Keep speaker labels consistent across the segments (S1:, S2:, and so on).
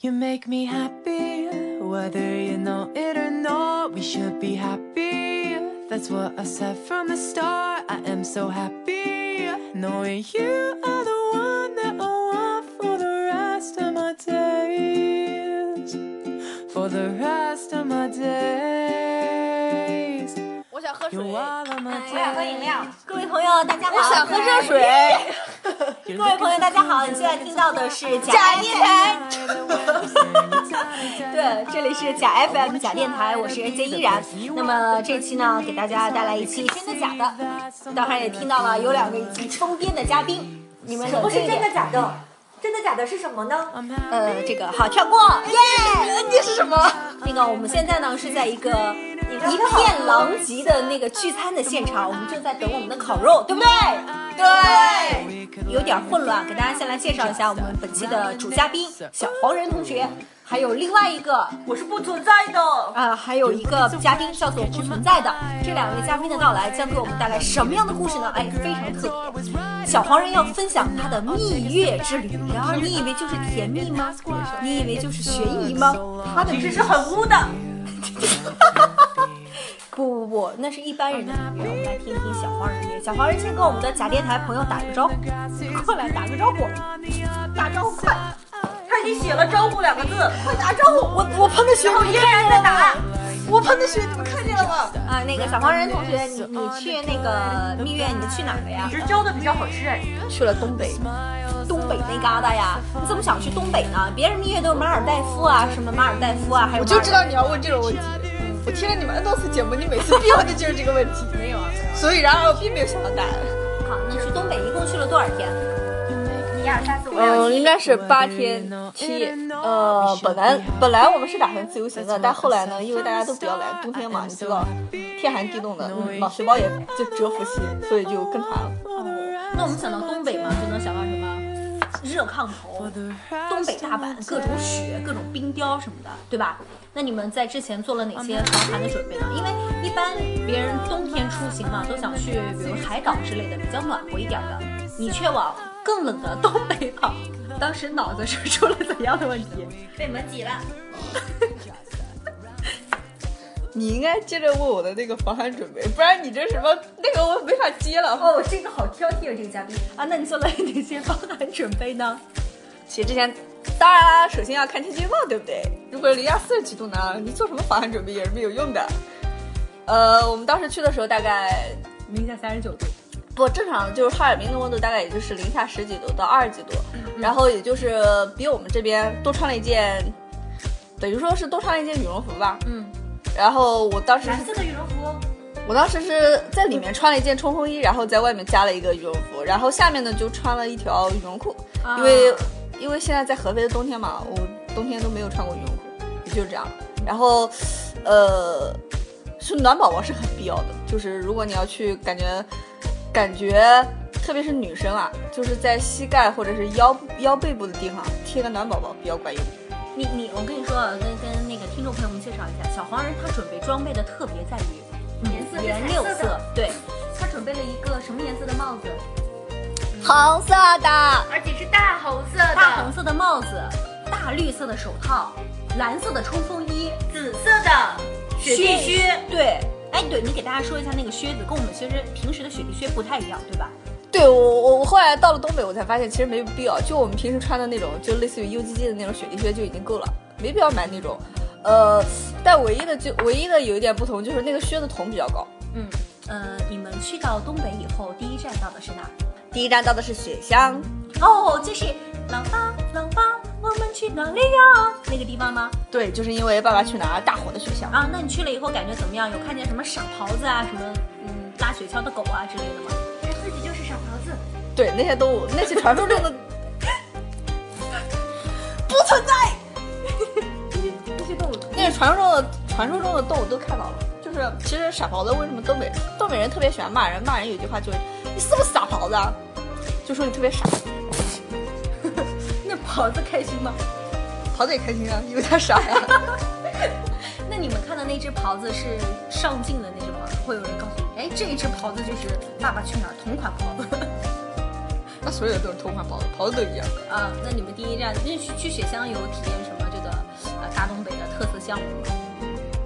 S1: You make me happy, whether you know it or not. We should be happy. That's what I said from the start. I am so happy knowing you are the one that I want for the rest of my days. For the rest of my days.
S2: 我想喝水
S1: You
S3: 啊
S1: are my
S4: 我想喝饮
S1: days.
S4: 料。各位朋友，大家好。
S2: 我想喝热水。
S3: 啊
S1: You're
S4: 各位朋友，大家好，你现在听到的 是假电台。对，这里是假 FM 假电台，我是 J 依然。那么这期呢，给大家带来一期真的假的，当然也听到了有两位疯癫的嘉宾。你们什么是真的假的？真的假的是什么呢？呃，这个好跳过，耶！你是什么？那个我们现在呢是在一个一片狼藉的那个聚餐的现场，我们正在等我们的烤肉，对不对？对，有点混乱，给大家先来介绍一下我们本期的主嘉宾小黄人同学，还有另外一个
S2: 我是不存在的。
S4: 啊、还有一个嘉宾叫做不存在的。这两位嘉宾的到来将给我们带来什么样的故事呢？哎，非常特别。小黄人要分享他的蜜月之旅，然而你以为就是甜蜜吗？你以为就是悬疑吗？他的
S2: 其实是 很污的。
S4: 不不不，那是一般人的蜜月。我们来听一听小黄人的蜜月。小黄人先跟我们的假电台朋友打个招呼，过来打个招呼，打招呼快！
S2: 他已经写了“招呼”两个字，
S4: 快打招呼！我我喷的血
S2: 然后
S4: 你
S2: 依
S4: 们看见
S2: 然在
S4: 了吗
S2: 打。我喷的血你们看见了吗？
S4: 啊，那个小黄人同学，你你去那个蜜月，你去哪儿了呀？
S2: 直浇的比较好吃哎。
S4: 去了东北，东北那旮瘩呀，你怎么想去东北呢？别人蜜月都是马尔代夫啊，什么马尔代夫啊，还有
S3: 我就知道你要问这种问题。我听了你们 N 多次节目，你每次必问的就是这个问题。没有啊，所以然而我并没有想到答案。
S4: 马尔代夫好，那去东北一共去了多少天？
S2: 一二三四五六
S3: 嗯，应
S2: 七，
S3: 该是八天七夜。呃，本来本来我们是打算自由行的，但后来呢，因为大家都比较懒，冬天嘛，你知道，天寒地冻的，嗯脑髓包也就蛰伏期，所以就跟团了。
S4: 那我们想到东北嘛，就能想到什么？热炕头，东北大阪，各种雪，各种冰雕什么的，对吧？那你们在之前做了哪些防寒的准备呢？因为一般别人冬天出行嘛，都想去比如海岛之类的，比较暖和一点的，你却往更冷的东北跑。 当时脑子是出了怎样的问题？
S2: 被门挤了。
S3: 你应该接着问我的那个防寒准备，不然你这什么那个我没法接了。
S4: 哦，这个好挑剔啊，这个嘉宾啊，那你做了哪些防寒准备呢？
S3: 写之前，当然啦，首先要看天气预报，对不对？如果零下四十几度呢，你做什么防寒准备也是没有用的。呃，我们当时去的时候大概
S4: 零下三十九度，
S3: 不正常，就是哈尔滨的温度大概也就是零下十几度到二十几度，
S2: 嗯
S3: 然后也就是比我们这边多穿了一件，等于说是多穿了一件羽绒服吧。
S4: 嗯，
S3: 然后我当时
S2: 蓝
S3: 是
S2: 色的羽绒服，
S3: 我当时是在里面穿了一件冲锋衣，然后在外面加了一个羽绒服，然后下面呢就穿了一条羽绒裤，
S4: 啊
S3: 因为因为现在在合肥的冬天嘛，我冬天都没有穿过羽绒裤，也就这样。然后，呃，是暖宝宝是很必要的，就是如果你要去感觉感觉，特别是女生啊，就是在膝盖或者是腰腰背部的地方贴个暖宝宝比较管用。
S4: 你你，我跟你说，啊，跟跟那个听众朋友们介绍一下，小黄人他准备装备的特别在于
S2: 颜色是
S4: 颜
S2: 彩
S4: 六
S2: 色
S4: 色
S2: 的，，
S4: 对，
S2: 他准备了一个什么颜色的帽子？
S3: 黄色的，
S2: 而且是大红色
S4: 大红色的帽子，大绿色的手套，蓝色的冲锋衣，
S2: 紫色的雪地靴。
S4: 对，哎，对你给大家说一下那个靴子，跟我们其实平时的雪地靴不太一样，对吧？
S3: 对我我我后来到了东北，我才发现其实没有必要，就我们平时穿的那种，就类似于 UGG 的那种雪地靴就已经够了，没必要买那种。呃，但唯一的就唯一的有一点不同就是那个靴子筒比较高。
S4: 嗯，呃，你们去到东北以后，第一站到的是哪儿？
S3: 第一站到的是雪乡，
S4: 哦，就是朗巴，朗巴，我们去哪里呀？那个地方吗？
S3: 对，就是因为《爸爸去哪儿》大火的雪乡。
S4: 啊，那你去了以后感觉怎么样？有看见什么傻狍子啊，什么嗯拉雪橇的狗啊之类的吗？
S2: 自己就是傻狍子。
S3: 对，那些都那些传说中的 不存在，
S4: 这些动物
S3: 那些传说中的传说中的动物都看到了。就是其实傻狍子为什么东北人东北人特别喜欢骂人？骂人有一句话就是你是不是傻狍子啊？就说你特别傻。
S4: 那狍子开心吗？
S3: 陶子也开心啊，因为他傻呀、
S4: 那你们看的那只狍子是上镜的那只狍子，会有人告诉你，哎，这一只狍子就是《爸爸去哪儿》同款狍 子
S3: 那所有的都是同款袍子，袍子都一样。
S4: 啊。那你们第一站那去去雪乡有体验什么这东北的特色项目吗？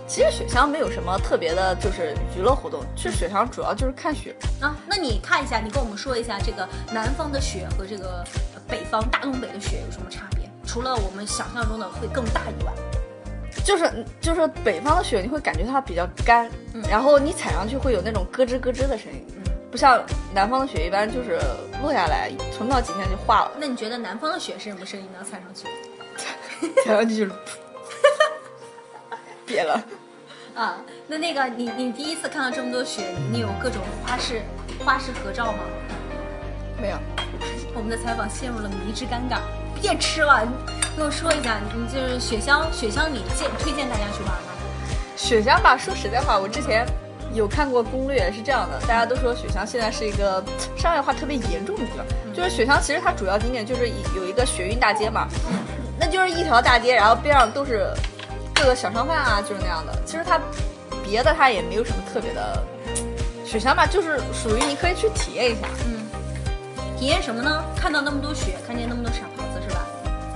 S3: 其实雪乡没有什么特别的，就是娱乐活动。去雪乡主要就是看雪，
S4: 啊，那你看一下，你跟我们说一下这个南方的雪和这个呃北方大东北的雪有什么差别？除了我们想象中的会更大以外，
S3: 就是就是北方的雪，你会感觉它比较干，
S4: 嗯
S3: 然后你踩上去会有那种咯吱咯吱的声音，
S4: 嗯，
S3: 不像南方的雪一般就是落下来，存不到几天就化了，
S4: 那你觉得南方的雪是什么声音呢？踩上去
S3: 踩上去就是 瘪了。
S4: 啊，那那个你你第一次看到这么多雪，你有各种花式花式合照吗？
S3: 没有，
S4: 我们的采访陷入了迷之尴尬。别吃了，你跟我说一下，你就是雪乡，雪乡你建推荐大家去玩吗？
S3: 雪乡吧，说实在话，我之前有看过攻略，是这样的，大家都说雪乡现在是一个商业化特别严重的地方，
S4: 嗯
S3: 就是雪乡其实它主要景点就是以有一个雪运大街 嘛，那就是一条大街，然后边上都是各个小商贩啊，就是那样的。其实它别的它也没有什么特别的，雪乡吧，就是属于你可以去体验一下，
S4: 嗯，体验什么呢？看到那么多雪，看见那么多傻狍子是吧？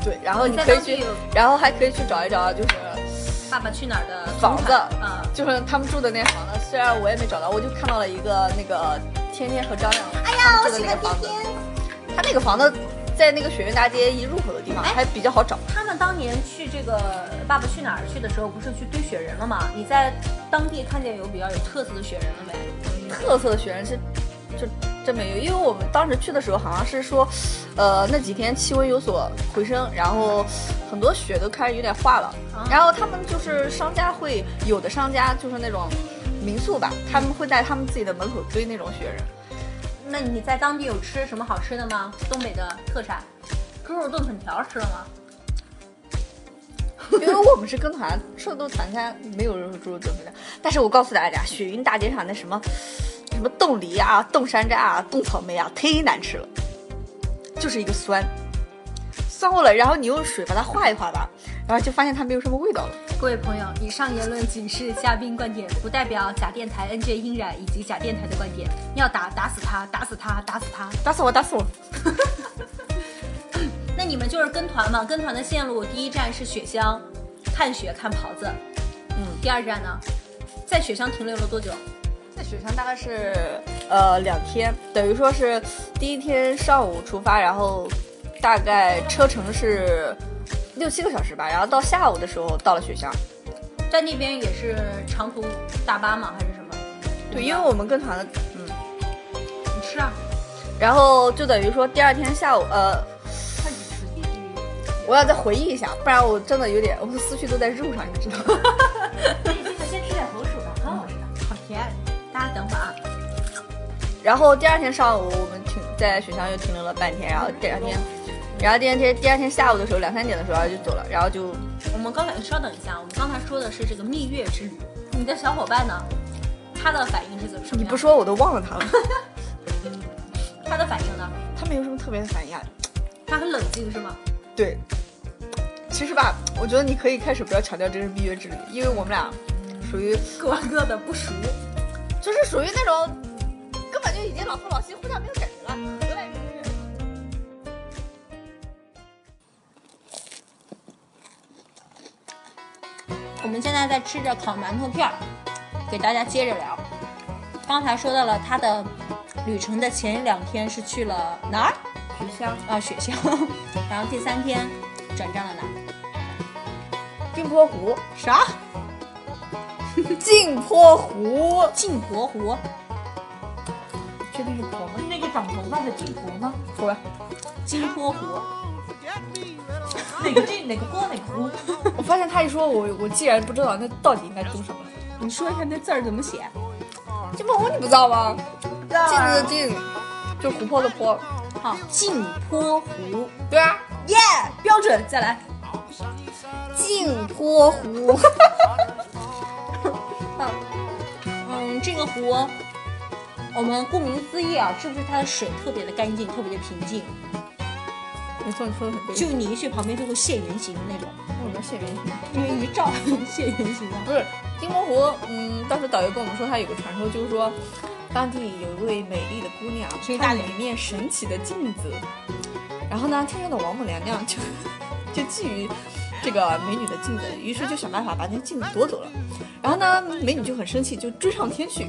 S3: 对，然后你
S4: 在
S3: 可以
S4: 当地
S3: 去
S4: 有，
S3: 然后还可以去找一找，就是
S4: 《爸爸去哪儿》的
S3: 房子
S4: 啊、
S3: 就是他们住的那房子，虽然我也没找到，我就看到了一个那个天天和张亮，哎呀，住的那个房子，他那个房子在那个雪运大街一入口的地方，
S4: 哎
S3: 还比较好找。
S4: 他们当年去这个《爸爸去哪儿》去的时候，不是去堆雪人了吗？你在当地看见有比较有特色的雪人了没？
S3: 特色的雪人是就真没有，因为我们当时去的时候好像是说，呃，那几天气温有所回升，然后很多雪都开始有点化了
S4: 啊，
S3: 然后他们就是商家会有的商家就是那种民宿吧，他们会在他们自己的门口堆那种雪人。
S4: 那你在当地有吃什么好吃的吗？东北的特产，猪肉炖粉条吃了吗？
S3: 因为我们是跟团，瘦豆团餐没有肉猪肉炖粉的。但是我告诉大家，雪云大街上那什么什么冻梨啊、冻山楂啊、冻草莓啊，忒难吃了，就是一个酸，酸过了，然后你用水把它化一化吧，然后就发现它没有什么味道了。
S4: 各位朋友，以上言论仅是嘉宾观点，不代表假电台 NJ 音染以及假电台的观点。要打，打死他，打死他，打死他。
S3: 打死我，打死我！
S4: 那你们就是跟团嘛？跟团的线路，第一站是雪乡，看雪看狍子。
S3: 嗯
S4: 第二站呢，在雪乡停留了多久？
S3: 在雪山大概是呃两天，等于说是第一天上午出发，然后大概车程是六七个小时吧，然后到下午的时候到了雪乡。
S4: 在那边也是长途大巴吗？还是什么？
S3: 对，因为我们跟团的，嗯。
S4: 你吃啊，
S3: 然后就等于说第二天下午，呃，
S4: 快点吃。啊
S3: 我要再回忆一下，不然我真的有点，我的思绪都在肉上，你知道吗？
S4: 这个先吃点红薯吧，很好吃的，好甜。大家等会儿啊，
S3: 然后第二天上午我们停在雪乡又停留了半天，然后第二天，然后第二天第二天下午的时候两三点的时候就走了，然后就
S4: 我们刚才稍等一下，我们刚才说的是这个蜜月之旅，你的小伙伴呢？他的反应是怎么样？
S3: 你不说我都忘了他了，
S4: 他的反应呢？
S3: 他没有什么特别的反应啊。
S4: 他很冷静是 吗？
S3: 对，其实吧，我觉得你可以开始不要强调这是蜜月之旅，因为我们俩属于
S4: 各玩各的，不熟。
S3: 就是属于那种根本就已经老夫老妻，互相没有感觉了，回来一个月。
S4: 我们现在在吃着烤馒头片儿，给大家接着聊。刚才说到了他的旅程的前两天是去了哪儿？
S3: 雪乡
S4: 啊，雪乡。 然后第三天转战了哪儿？
S3: 冰坡湖。
S4: 啥？
S3: 镜泊湖，
S4: 镜泊湖。
S3: 确定是泊吗？
S2: 那个长头发的镜湖吗？
S3: 湖吧，
S4: 金坡湖，
S2: 哪个镜？哪个坡？哪个湖？
S3: 我发现他一说我，我既然不知道，那到底应该读什么？
S4: 你说一下那字儿怎么写？
S3: 镜泊湖你不知道啊吗？镜子的镜，就湖泊的泊。
S4: 好，镜泊湖，
S3: 对啊，
S4: 耶、标准。再来，
S3: 镜泊 湖。
S4: 嗯，这个湖，我们顾名思义啊，是不是它的水特别的干净，特别的平静？
S3: 没错，你说的很对。
S4: 就你一去旁边就会现原形的那种，
S3: 我们谢云
S4: 因为一照现原形啊。
S3: 不是镜泊湖，嗯，当时导游跟我们说，他有个传说，就是说。当地有一位美丽的姑娘，
S4: 所以大
S3: 她有
S4: 家
S3: 一面神奇的镜子。然后呢，天上的王母娘娘就就觊觎这个美女的镜子，于是就想办法把那镜子夺走了。然后呢，美女就很生气，就追上天去，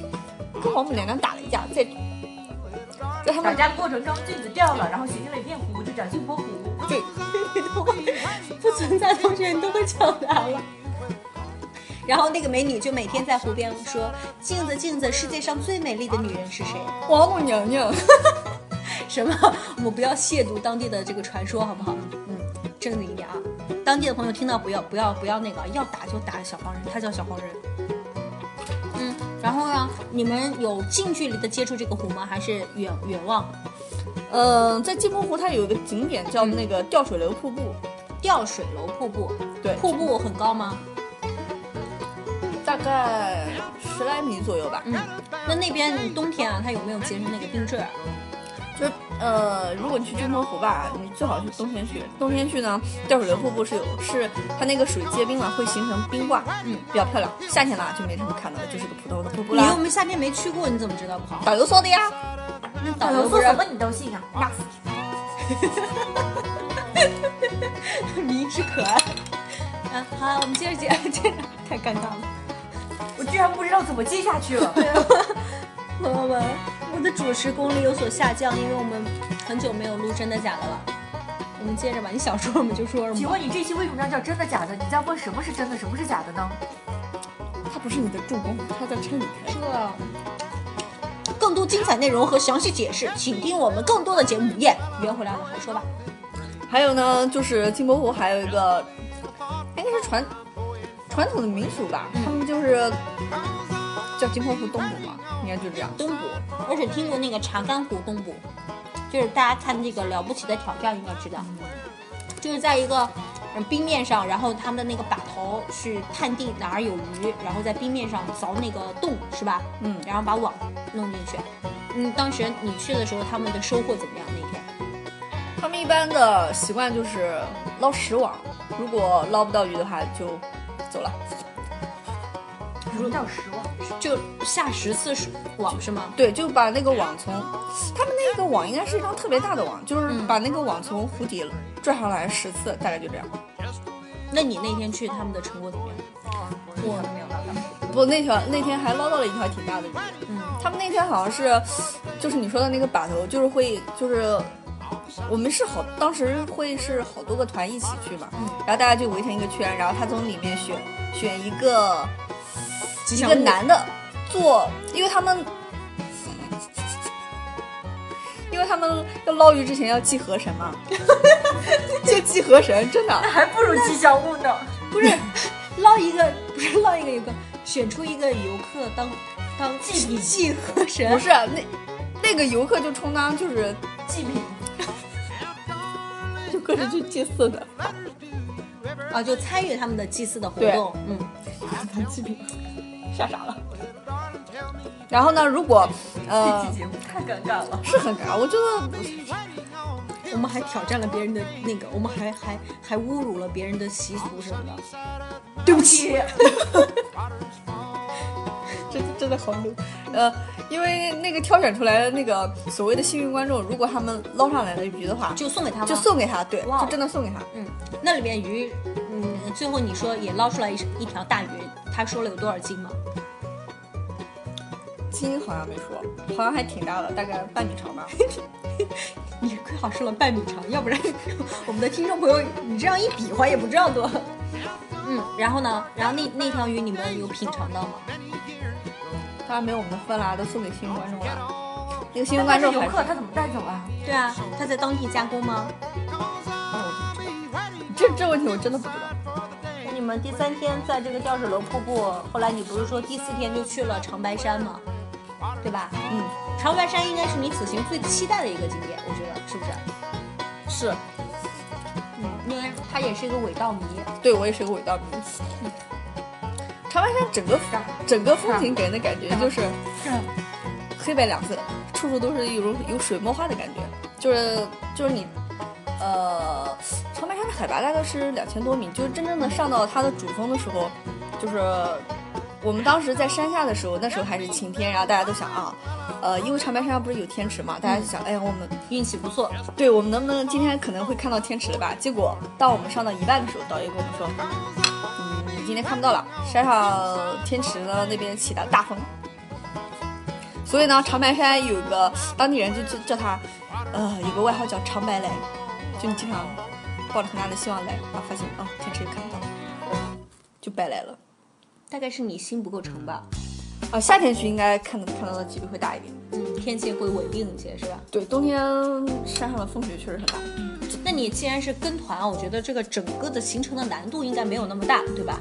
S3: 跟王母娘娘打了一架，在在他
S2: 打
S3: 们
S2: 架过程中镜子掉了，然后形成了一片湖，就叫镜泊湖。
S3: 对
S4: 不存在同学你都会抢答了。然后那个美女就每天在湖边说：“镜子，镜子，世界上最美丽的女人是谁
S3: 王母娘娘，？”
S4: 什么？我们不要亵渎当地的这个传说，好不好？嗯，正经一点啊！当地的朋友听到不要不要不要那个，要打就打小黄人，他叫小黄人。嗯，然后呢？你们有近距离的接触这个湖吗？还是远远望？呃
S3: 嗯、在镜泊湖它有一个景点叫那个吊水流瀑布，
S4: 吊水楼瀑布，
S3: 对，
S4: 瀑布很高吗？
S3: 大概十来米左右吧。
S4: 嗯，那那边冬天啊，它有没有结成那个冰坠儿？啊
S3: 就是呃，如果你去镜泊湖吧，你最好去冬天去。冬天去呢，吊水流瀑布是有，是它那个水结冰了，会形成冰挂，
S4: 嗯，
S3: 比较漂亮。夏天啦就没什么看到的，就是个普通的瀑布
S4: 你又
S3: 啦。
S4: 没夏天没去过，你怎么知道不好？
S3: 导游说的呀，
S4: 那 导
S2: 导
S4: 游
S2: 游
S4: 不
S2: 说
S4: 是
S2: 什么你都信啊？那
S4: 迷之可 爱。啊，好，我们接着接接着，太尴尬了。
S2: 我居然不知道怎么接下去 了。
S4: 朋友们，我的主持功力有所下降，因为我们很久没有录真的假的了。我们接着吧，你想说什么就说什
S2: 请
S4: 么。
S2: 问你这期为什么要叫真的假的？你在问什么是真的，什么是假的呢？
S3: 它不是你的助攻，它在撑你开。
S4: 这更多精彩内容和详细解释，请听我们更多的节目。耶，圆回来了，还说吧。
S3: 还有呢，就是镜泊湖还有一个，应该是传传统的民俗吧，他们就是叫镜泊湖冬捕嘛，应该就这样。
S4: 东补，而且听过那个查干湖东补，就是大家看这个《了不起的挑战》应该知道，就是在一个嗯冰面上，然后他们的那个把头去探地哪儿有鱼，然后在冰面上凿那个洞，是吧？
S3: 嗯
S4: 然后把网弄进去。嗯，当时你去的时候，他们的收获怎么样？那天
S3: 他们一般的习惯就是捞食网，如果捞不到鱼的话就走了。
S2: 什么叫失望？
S4: 就下十次水网是吗？
S3: 对，就把那个网从他们那个网应该是一张特别大的网，就是
S4: 嗯
S3: 把那个网从湖底拽上来十次，大概就这样。
S4: 那你那天去他们的成果怎么样？
S2: 我没有办法。
S3: 不，那条那天还捞到了一条挺大的鱼。
S4: 嗯，
S3: 他们那天好像是，就是你说的那个把头，就是会就是。我们是好，当时会是好多个团一起去嘛，然后大家就围成一个圈，然后他从里面选选一个
S4: 吉
S3: 一
S4: 祥
S3: 个
S4: 物
S3: 男的做，因为他们，因为他们要捞鱼之前要祭河神 嘛，就祭河神，真的。
S2: 还不如吉祥物呢。
S4: 不是捞一个，不是捞一个游客，选出一个游客当当祭祭河
S3: 不
S4: 神。
S3: 是啊那那个游客就充当就是
S2: 祭品，
S3: 游客是去祭祀的，
S4: 啊，就参与他们的祭祀的活
S3: 对
S4: 动。嗯，
S3: 吓傻了。然后呢，如果
S2: 这
S3: 呃
S2: 期节目太尴尬了。
S3: 是很尬，我觉得
S4: 我们还挑战了别人的那个，我们还还还侮辱了别人的习俗什么的。
S2: 对不起，
S3: 真真的好 low。呃，因为那个挑选出来的那个所谓的幸运观众，如果他们捞上来的鱼的话，
S4: 就送给他吗？
S3: 就。送给他，对，
S4: 哇
S3: 就真的送给他。
S4: 嗯，那里面鱼，嗯，最后你说也捞出来一一条大鱼，他说了有多少斤吗？
S3: 金好像没说，好像还挺大的，大概半米长吧。
S4: 你亏好说了半米长，要不然我们的听众朋友，你这样一比划也不知道多。嗯，然后呢？然后那那条鱼你们有品尝到吗？
S3: 当然没有我们的分啦，都送给幸运观众了。那个幸运
S2: 但
S3: 观
S2: 是
S3: 众
S2: 游
S3: 还
S2: 客他怎么带走啊？
S4: 对啊，他在当地加工吗？
S3: 这这问题我真的不知道。
S4: 你们第三天在这个吊水楼瀑布，后来你不是说第四天就去了长白山吗？对吧？
S3: 嗯，
S4: 长白山应该是你此行最期待的一个景点，我觉得是不是？
S3: 是
S4: 嗯，因为它也是一个伪道迷。
S3: 对我也是个伪道迷。长白山整个整个风景给人的感觉就是黑白两色，处处都是有种有水墨画的感觉，就是就是你。呃，长白山的海拔大概是两千多米，就是真正的上到它的主峰的时候，就是我们当时在山下的时候，那时候还是晴天，然后大家都想啊，呃，因为长白山上不是有天池嘛，大家就想，哎呀，我们
S4: 运气不错，
S3: 对我们能不能今天可能会看到天池了吧？结果当我们上到一半的时候，导游跟我们说，嗯，你今天看不到了，山上天池呢那边起了大风，所以呢，长白山有个当地人就就叫他，呃，有个外号叫长白来，就你经常抱着很大的希望来，然后发现啊、天池又看不到了，就白来了。
S4: 大概是你心不够诚吧，
S3: 啊，夏天去应该看看到的几率会大一点。
S4: 嗯，天气会稳定一些，是吧？
S3: 对，冬天山上的风雪确实很大。
S4: 那你既然是跟团啊，我觉得这个整个的行程的难度应该没有那么大，对吧？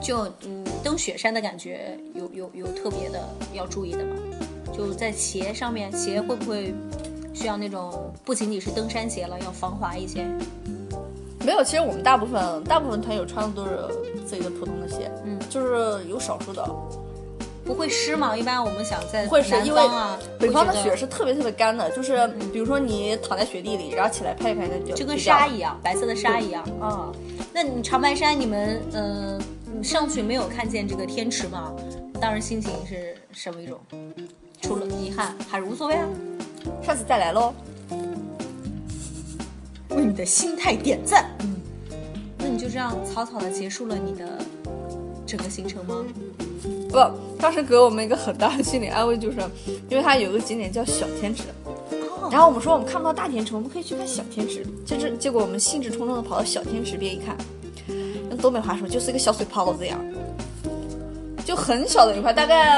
S4: 就嗯，登雪山的感觉有有有特别的要注意的吗？就在鞋上面，鞋会不会需要那种不仅仅是登山鞋了，要防滑一些？
S3: 没有，其实我们大部分大部分团友穿的都是自己的普通的鞋，
S4: 嗯
S3: 就是有少数的
S4: 不会湿吗？一般我们想在
S3: 会是
S4: 南
S3: 因为
S4: 方啊，
S3: 北
S4: 会
S3: 方的
S4: 觉得
S3: 雪是特别特别干的，就是比如说你躺在雪地里，然后起来拍一拍，那嗯就
S4: 就跟
S3: 就这样嗯
S4: 沙一样，白色的沙一样啊、那你长白山，你们呃你上去没有看见这个天池吗？当时心情是什么一种？除了遗憾，还是无所谓啊？
S3: 下次再来喽。
S4: 为你的心态点赞。嗯，那你就这样草草的结束了你的整个行程吗？
S3: 不，当时给我们一个很大的心理安慰，就是因为它有一个景点叫小天池，然后我们说我们看不到大天池，我们可以去看小天池。结果结果我们兴致冲冲的跑到小天池边一看，用东北话说就是一个小水泡子一样，就很小的一块，大概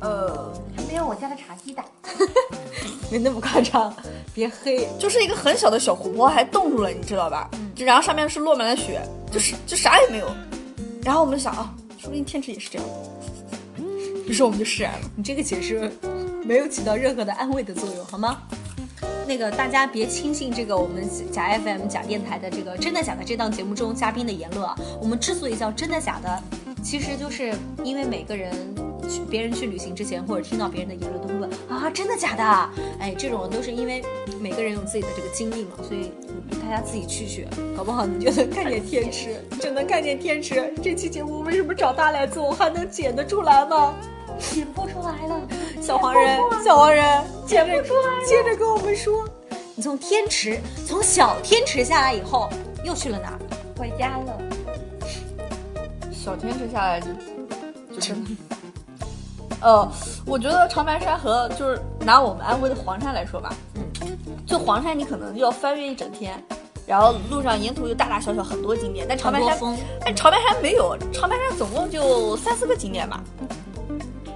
S3: 呃
S5: 没有我家的茶几大。
S4: 没那么夸张，别黑。
S3: 就是一个很小的小湖泊，还冻住了，你知道吧？就然后上面是落满了雪，就是就啥也没有。然后我们就想啊，说不定天池也是这样。于是我们就释然了。
S4: 你这个解释没有起到任何的安慰的作用，好吗？那个大家别轻信这个我们假 FM 假电台的这个真的假的这档节目中嘉宾的言论啊。我们之所以叫真的假的，其实就是因为每个人去别人去旅行之前或者听到别人的言论都会问啊真的假的啊？哎，这种都是因为每个人有自己的这个经历嘛，所以大家自己去去，搞不好你就能看见天池，你就能看见天池。这期节目为什么找他来做，还能剪得出来吗？
S5: 剪不出来了，
S4: 小黄人，小黄人，接着接着跟我们说，你从天池，从小天池下来以后，又去了哪儿？
S5: 回家了。
S3: 小天池下来就就真的，呃，我觉得长白山和就是拿我们安徽的黄山来说吧，嗯，就黄山你可能要翻越一整天，然后路上沿途有大大小小很多景点，但长白
S4: 很多
S3: 山
S4: 峰，
S3: 但长白山没有，长白山总共就三四个景点吧，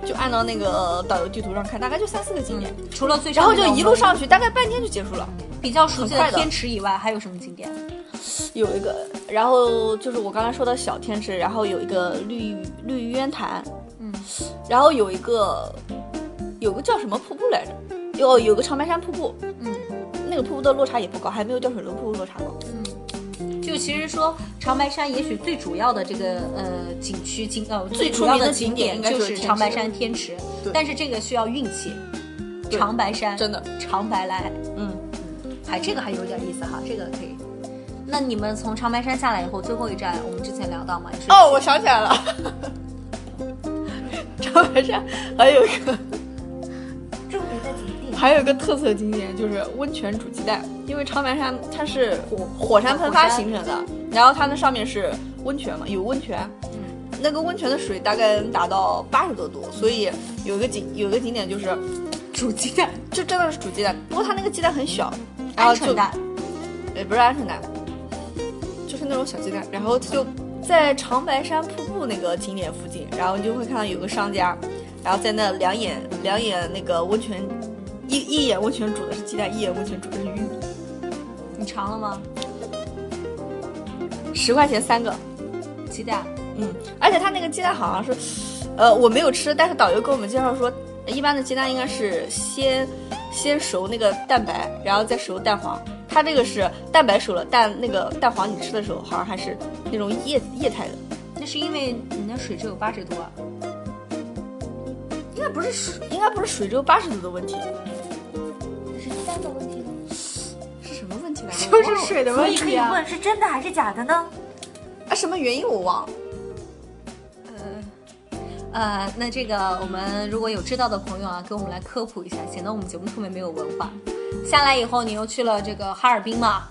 S3: 就按照那个导游地图上看，大概就三四个景点，
S4: 除了最
S3: 然后
S4: 嗯上
S3: 就
S4: 面的
S3: 一路上去，大概半天就结束了。
S4: 比较熟
S3: 很
S4: 悉的
S3: 快的
S4: 天池以外，还有什么景点？
S3: 有一个，然后就是我刚才说的小天池，然后有一个绿绿渊潭，
S4: 嗯，
S3: 然后有一个有个叫什么瀑布来着，哦有有个长白山瀑布，
S4: 嗯
S3: 那个瀑布的落差也不高，还没有吊水楼瀑布落差高。
S4: 嗯，就其实说长白山，也许最主要的这个呃景区景呃最
S3: 最
S4: 主
S3: 出
S4: 要
S3: 名的
S4: 景
S3: 景点应该
S4: 就
S3: 就是
S4: 是
S3: 天
S4: 长白
S3: 池
S4: 山天池，
S3: 对
S4: 但是这个需要运气，
S3: 对
S4: 长白山
S3: 真的
S4: 长白来。
S3: 嗯，
S4: 还这个还有点意思哈，这个可以。那你们从长白山下来以后，最后一站我们之前聊到嘛？也是
S3: 哦，我想起来了， 长白山还有一个
S5: 著名的景点，
S3: 还有一个特色景点就是温泉煮鸡蛋，因为长白山它是火火山喷发形成的，然后它那上面是温泉嘛，有温泉，那个温泉的水大概能达到八十多度，所以有一个景有一个景点就是
S4: 煮鸡蛋、
S3: 就真的是煮鸡蛋，不过它那个鸡蛋很小，然后
S4: 鹌
S3: 就
S4: 鹑蛋，
S3: 也不是鹌鹑蛋，就是那种小鸡蛋，然后它就在长白山瀑布那个景点附近，然后你就会看到有个商家，然后在那两眼两眼那个温泉，一一眼温泉煮的是鸡蛋，一眼温泉煮的是玉米，
S4: 你尝了吗？
S3: 十块钱三个，
S4: 鸡蛋，
S3: 嗯，而且它那个鸡蛋好像是，呃，我没有吃，但是导游给我们介绍说，一般的鸡蛋应该是先先熟那个蛋白，然后再熟蛋黄。它这个是蛋白熟了，蛋那个蛋黄你吃的时候好像还是那种液液态的，
S4: 那是因为你的水只有八十度啊。
S3: 应该不是水，应该不是水只有八十度的问题，
S5: 是鸡蛋的问题吗？
S3: 是什么问题来啊着？
S4: 就是水的
S5: 所以可以
S2: 啊
S5: 问是真的还是假的呢？
S3: 啊，什么原因我忘了。
S4: 呃，呃，那这个我们如果有知道的朋友啊，给我们来科普一下，显得我们节目特别没有文化。下来以后，你又去了这个哈尔滨嘛？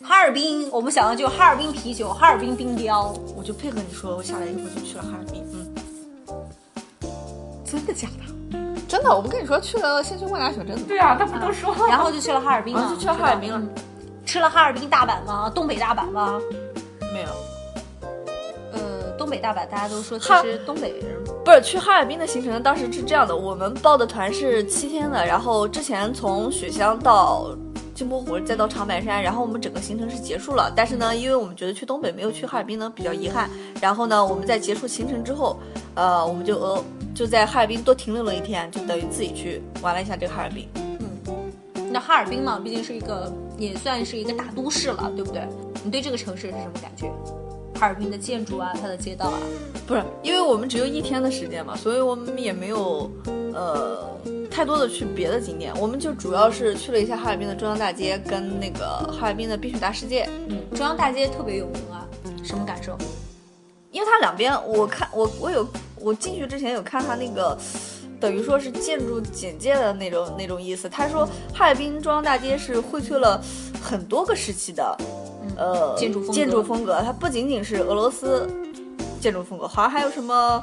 S4: 哈尔滨，我们想到就哈尔滨啤酒、哈尔滨冰雕，
S3: 我就配合你说，我下来以后就去了哈尔滨。嗯，
S4: 真的假的？
S3: 真的，我不跟你说去了先去万达小镇吗？
S2: 对啊，他不都说了？
S4: 然后就去了哈尔滨
S3: 然
S4: 嘛，
S3: 啊后就去了哈尔滨了，
S4: 吃了哈尔滨大阪吗？东北大阪吗？
S3: 没有，
S4: 呃，东北大阪大家都说，其
S3: 哈
S4: 实东北人
S3: 不是去哈尔滨的行程，当时是这样的，我们报的团是七天的，然后之前从雪乡到镜泊湖，再到长白山，然后我们整个行程是结束了。但是呢，因为我们觉得去东北没有去哈尔滨呢比较遗憾，然后呢，我们在结束行程之后，呃，我们就呃就在哈尔滨多停留了一天，就等于自己去玩了一下这个哈尔滨。
S4: 那哈尔滨嘛，毕竟是一个也算是一个大都市了，对不对？你对这个城市是什么感觉？哈尔滨的建筑啊，它的街道啊，
S3: 不是，因为我们只有一天的时间嘛，所以我们也没有呃太多的去别的景点，我们就主要是去了一下哈尔滨的中央大街跟那个哈尔滨的冰雪大世界，
S4: 嗯，中央大街特别有名啊，什么感受？
S3: 因为它两边我看我我有我进去之前有看它那个。等于说是建筑简介的那种那种意思。他说，哈尔滨中央大街是荟萃了很多个时期的
S4: 嗯，
S3: 呃
S4: 建筑风格
S3: 建筑风格，它不仅仅是俄罗斯建筑风格，好像还有什么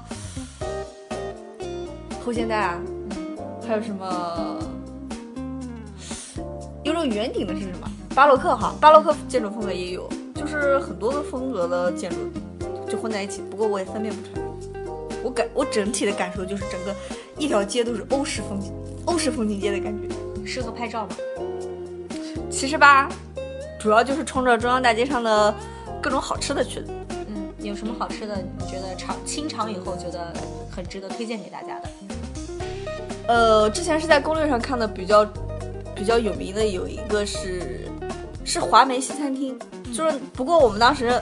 S3: 后现代啊，还有什么有种圆顶的是什么？巴洛克哈，巴洛克建筑风格也有，就是很多个风格的建筑就混在一起，不过我也分辨不出来。我感我整体的感受就是整个一条街都是欧式风景，欧式风情街的感觉。
S4: 适合拍照吗？
S3: 其实吧，主要就是冲着中央大街上的各种好吃的去的。
S4: 嗯，有什么好吃的？你觉得尝清尝以后觉得很值得推荐给大家的？
S3: 呃，之前是在攻略上看的比较比较有名的有一个是是华梅西餐厅，就是不过我们当时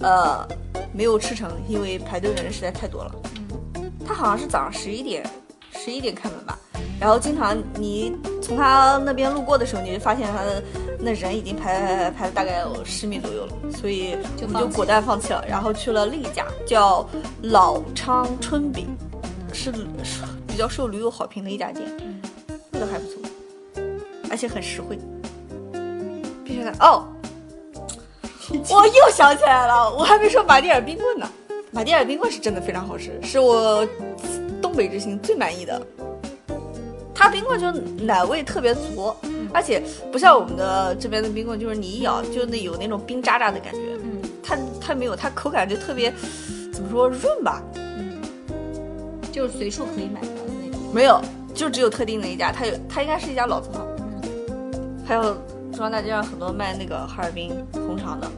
S3: 呃没有吃成，因为排队的人实在太多了。
S4: 嗯
S3: 它好像是早上十一点十一点开门吧，然后经常你从他那边路过的时候，你就发现他的那人已经排排排排了大概有十米左右了，所以
S4: 就
S3: 我们
S4: 放弃
S3: 就果断放弃了，然后去了另一家叫老昌春饼。是是比较受驴友好评的一家店，
S4: 嗯
S3: 味道还不错，而且很实惠。必须的哦，我又想起来了，我还没说马迭尔冰棍呢。马迭尔冰棍是真的非常好吃，是我东北之行最满意的。它冰棍就是奶味特别足，而且不像我们的这边的冰棍，就是你一咬就那有那种冰渣渣的感觉。
S4: 嗯
S3: 它它没有，它口感就特别怎么说润吧，
S4: 嗯，就是随处可以买得到的那种。
S3: 没有，就只有特定的一家，它有，它应该是一家老字号。还有中央大街上很多卖那个哈尔滨红肠的，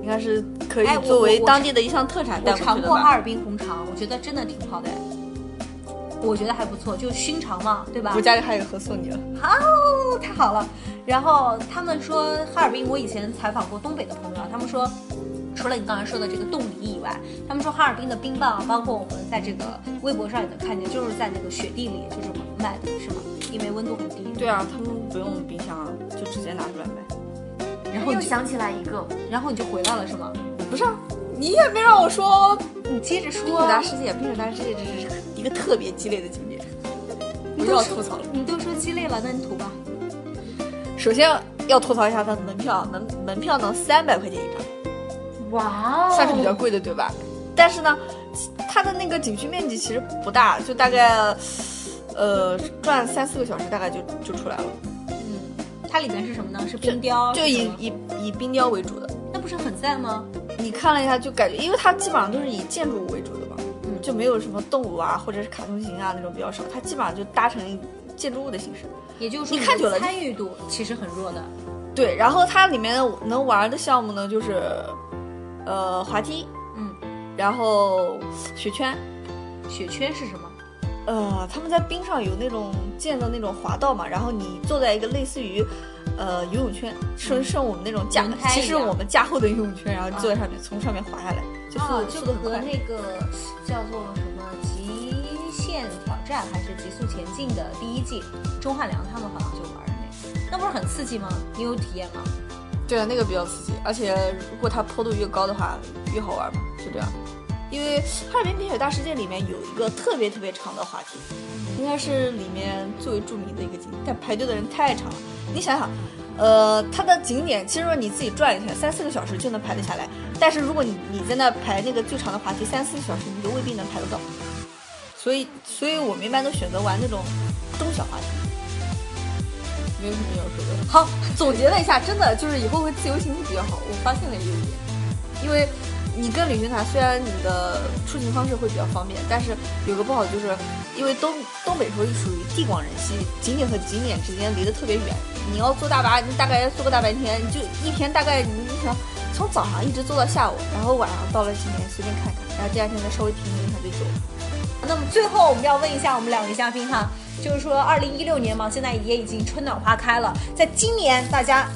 S3: 应该是可以
S4: 哎我
S3: 作为
S4: 我我
S3: 当地的一项特产带
S4: 我
S3: 过去
S4: 尝
S3: 的
S4: 过哈
S3: 吧。
S4: 尔滨红肠，我觉得真的挺好的，我觉得还不错，就熏肠嘛，对吧？
S3: 我家里还有盒送你了，
S4: 哦，太好了。然后他们说哈尔滨，我以前采访过东北的朋友啊，他们说，除了你刚才说的这个冻梨以外，他们说哈尔滨的冰棒啊，包括我们在这个微博上也能看见，就是在那个雪地里就是卖的，是吗？因为温度很低。
S3: 对啊，他们不用冰箱，啊就直接拿出来卖。
S4: 然后
S5: 又
S4: 你就
S5: 想起来一个，
S4: 然后你就回来了，是吗？
S3: 不是啊，你也没让我说
S4: 你接着说
S3: 冰雪大
S4: 啊。
S3: 世界，冰雪大世界这是一个特别鸡肋的景点，
S4: 你
S3: 我
S4: 都
S3: 又要
S4: 说
S3: 吐槽了。
S4: 你都说鸡肋了，那你吐吧。
S3: 首先要吐槽一下它的门票，门门票呢三百块钱一张。
S5: 哇哦，
S3: 算是比较贵的，对吧？但是呢，它的那个景区面积其实不大，就大概呃转三四个小时，大概就就出来了，
S4: 嗯，它里面是什么呢？哦是冰雕，
S3: 就是以
S4: 什么
S3: 以以冰雕为主的。
S4: 那不是很赞吗？
S3: 你看了一下，就感觉，因为它基本上都是以建筑物为主的嘛，
S4: 嗯
S3: 就没有什么动物啊或者是卡通形啊那种比较少，它基本上就搭成建筑物的形式。
S4: 也就是说，
S3: 你看久了
S4: 参与度其实很弱的。
S3: 对，然后它里面能玩的项目呢，就是呃滑梯，
S4: 嗯，
S3: 然后雪圈，
S4: 雪圈是什么？
S3: 呃，他们在冰上有那种建的那种滑道嘛，然后你坐在一个类似于，呃，游泳圈，是是我们那种架
S4: 轮，嗯胎一
S3: 其
S4: 样
S3: 实我们架后的游泳圈，然后坐在上面，从上面滑下来，就速
S4: 啊，
S3: 度
S4: 就
S3: 速度很
S4: 和
S3: 快。
S4: 那个叫做什么极限挑战还是极速前进的第一季，钟汉良他们好像就玩的那个，那不是很刺激吗？你有体验吗？
S3: 对啊，那个比较刺激，而且如果它坡度越高的话越好玩嘛，是这样。因为哈尔滨冰雪大世界里面有一个特别特别长的滑梯，应该是里面最为著名的一个景点，但排队的人太长了。你想想，呃，它的景点其实说你自己转一圈，三四个小时就能排得下来，但是如果你你在那排那个最长的滑梯，三四个小时你都未必能排得到。所以，所以我们一般都选择玩那种中小滑梯。没有什么要说的。好，总结了一下，真的就是以后会自由行比较好。我发现了一个点，因为你跟旅行团虽然你的出行方式会比较方便，但是有个不好就是，因为东东北属于属于地广人稀，景点和景点之间离得特别远，你要坐大巴，你大概坐个大半天，你就一天大概你你想从早上一直坐到下午，然后晚上到了景点随便看看，然后第二天再稍微停留一下就走。
S4: 那么最后我们要问一下我们两位嘉宾哈，就是说二零一六年嘛，现在也已经春暖花开了，在今年大家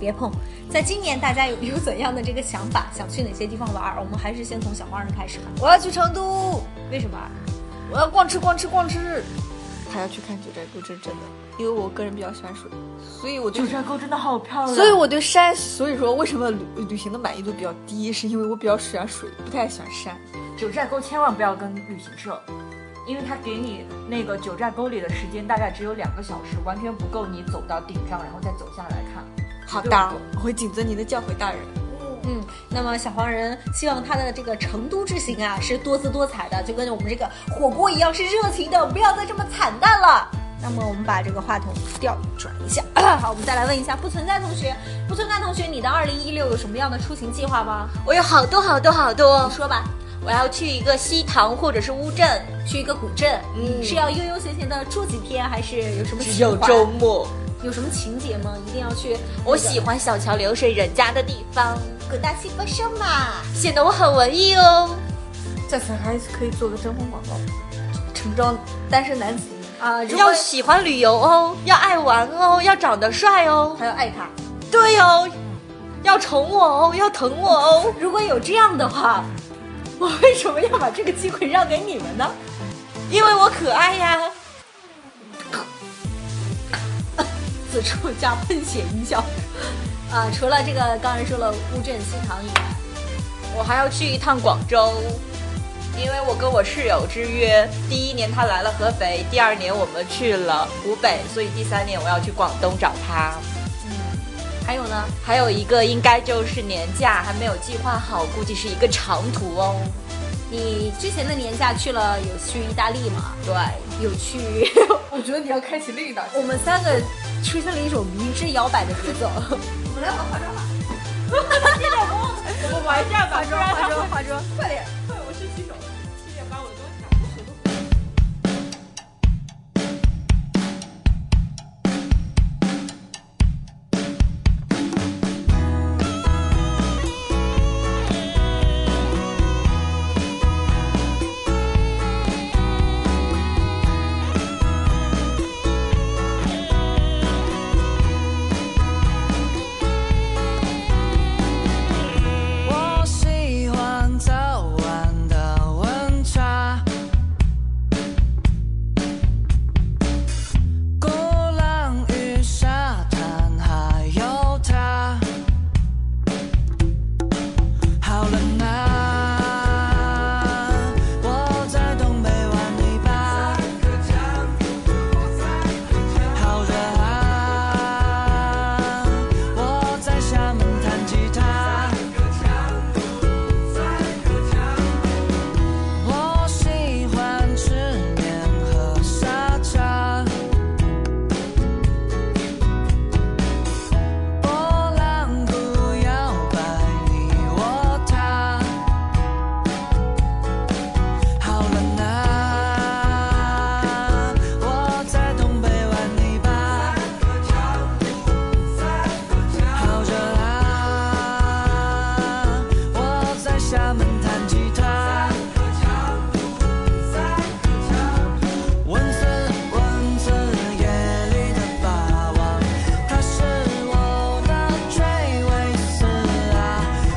S4: 别碰，在今年大家有有怎样的这个想法，想去哪些地方玩儿？我们还是先从小黄人开始吧。
S3: 我要去成都，
S4: 为什么啊？
S3: 我要逛吃逛吃逛吃，还要去看九寨沟，这是真的，因为我个人比较喜欢水，所以我对
S6: 九寨沟真的好漂亮。
S3: 所以我对山，所以说为什么旅旅行的满意度比较低，是因为我比较喜欢水，不太喜欢山。
S6: 九寨沟千万不要跟旅行社，因为他给你那个九寨沟里的时间大概只有两个小时，完全不够你走到顶上，然后再走下来看。
S3: 好
S6: 对
S3: 的，我会谨遵您的教诲，大人。
S4: 嗯，那么小黄人希望他的这个成都之行啊是多姿多彩的，就跟我们这个火锅一样是热情的，不要再这么惨淡了。那么我们把这个话筒调转一 下，好，我们再来问一下不存在同学，不存在同学，你的2016有什么样的出行计划吗？
S2: 我有好多好多好多
S4: 你，说吧。
S2: 我要去一个西塘或者是乌镇，
S4: 去一个古镇，嗯，是要悠悠闲闲的住几天，还是有什么
S3: 只
S4: 情
S3: 有
S4: 怀
S3: 周末，
S4: 有什么情节吗？一定要去？
S2: 我喜欢小桥流水人家的地方，
S4: 滚大西风生嘛，
S2: 显得我很文艺哦。
S3: 这次还可以做个征婚广告，成装单身男子，
S4: 啊，如果
S2: 要喜欢旅游哦，要爱玩哦，要长得帅哦，
S4: 还要爱他。
S2: 对哦，要宠我哦，要疼我哦。
S4: 如果有这样的话， 我为什么要把这个机会让给你们呢？
S2: 因为我可爱呀。
S4: 此处加喷血音效。 啊，除了这个刚才说了乌镇、新塘以外，
S2: 我还要去一趟广州，因为我跟我室友之约，第一年他来了合肥，第二年我们去了湖北，所以第三年我要去广东找他。
S4: 还有呢？
S2: 还有一个应该就是年假还没有计划好，估计是一个长途哦。
S4: 你之前的年假去了，有去意大利吗？
S2: 对，
S4: 有去，
S3: 我觉得你要开启另一档。
S4: 我们三个出现了一种迷之摇摆的节奏。
S3: 我们来玩化妆吧。我们玩一下吧，化妆化妆化妆，快点！
S1: 我喜欢早晚的温差，鼓浪屿沙滩还有他。好了吗？我在东北玩泥巴，好热啊！我在厦门弹吉他。我喜欢吃面和沙茶，波浪鼓摇摆你我他。好了呐，我在东北玩泥巴，好热啊！我在厦门弹吉他。文字，文字，夜里的霸王，它是我的追尾丝啊！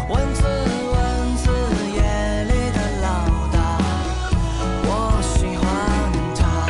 S1: 文字，文字，夜里的老大，我喜欢他。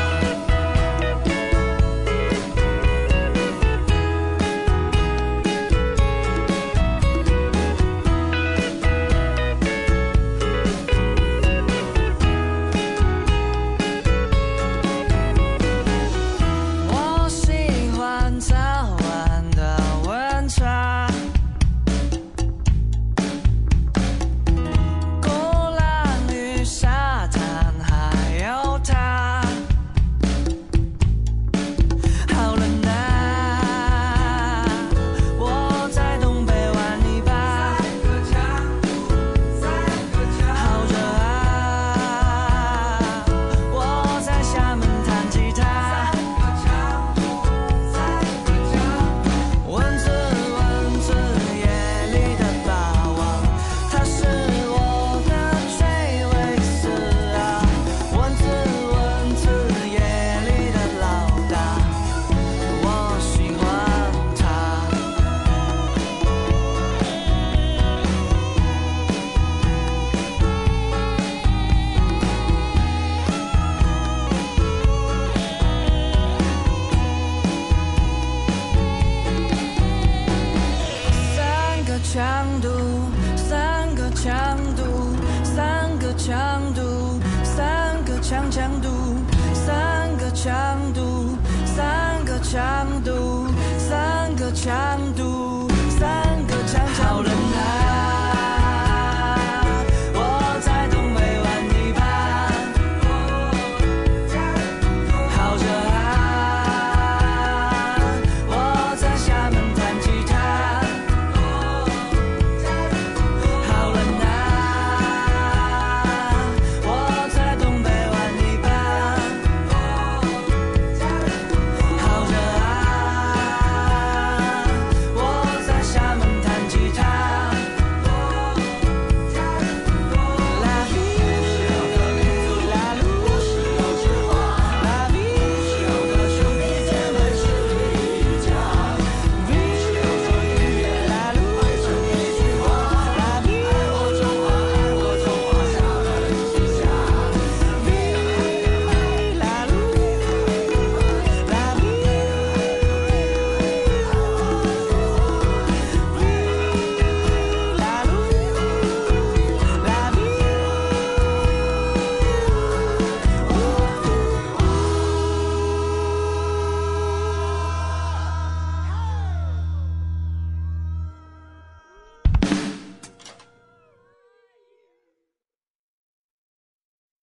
S1: 强度，三个强度，三个强度，三个强度。哦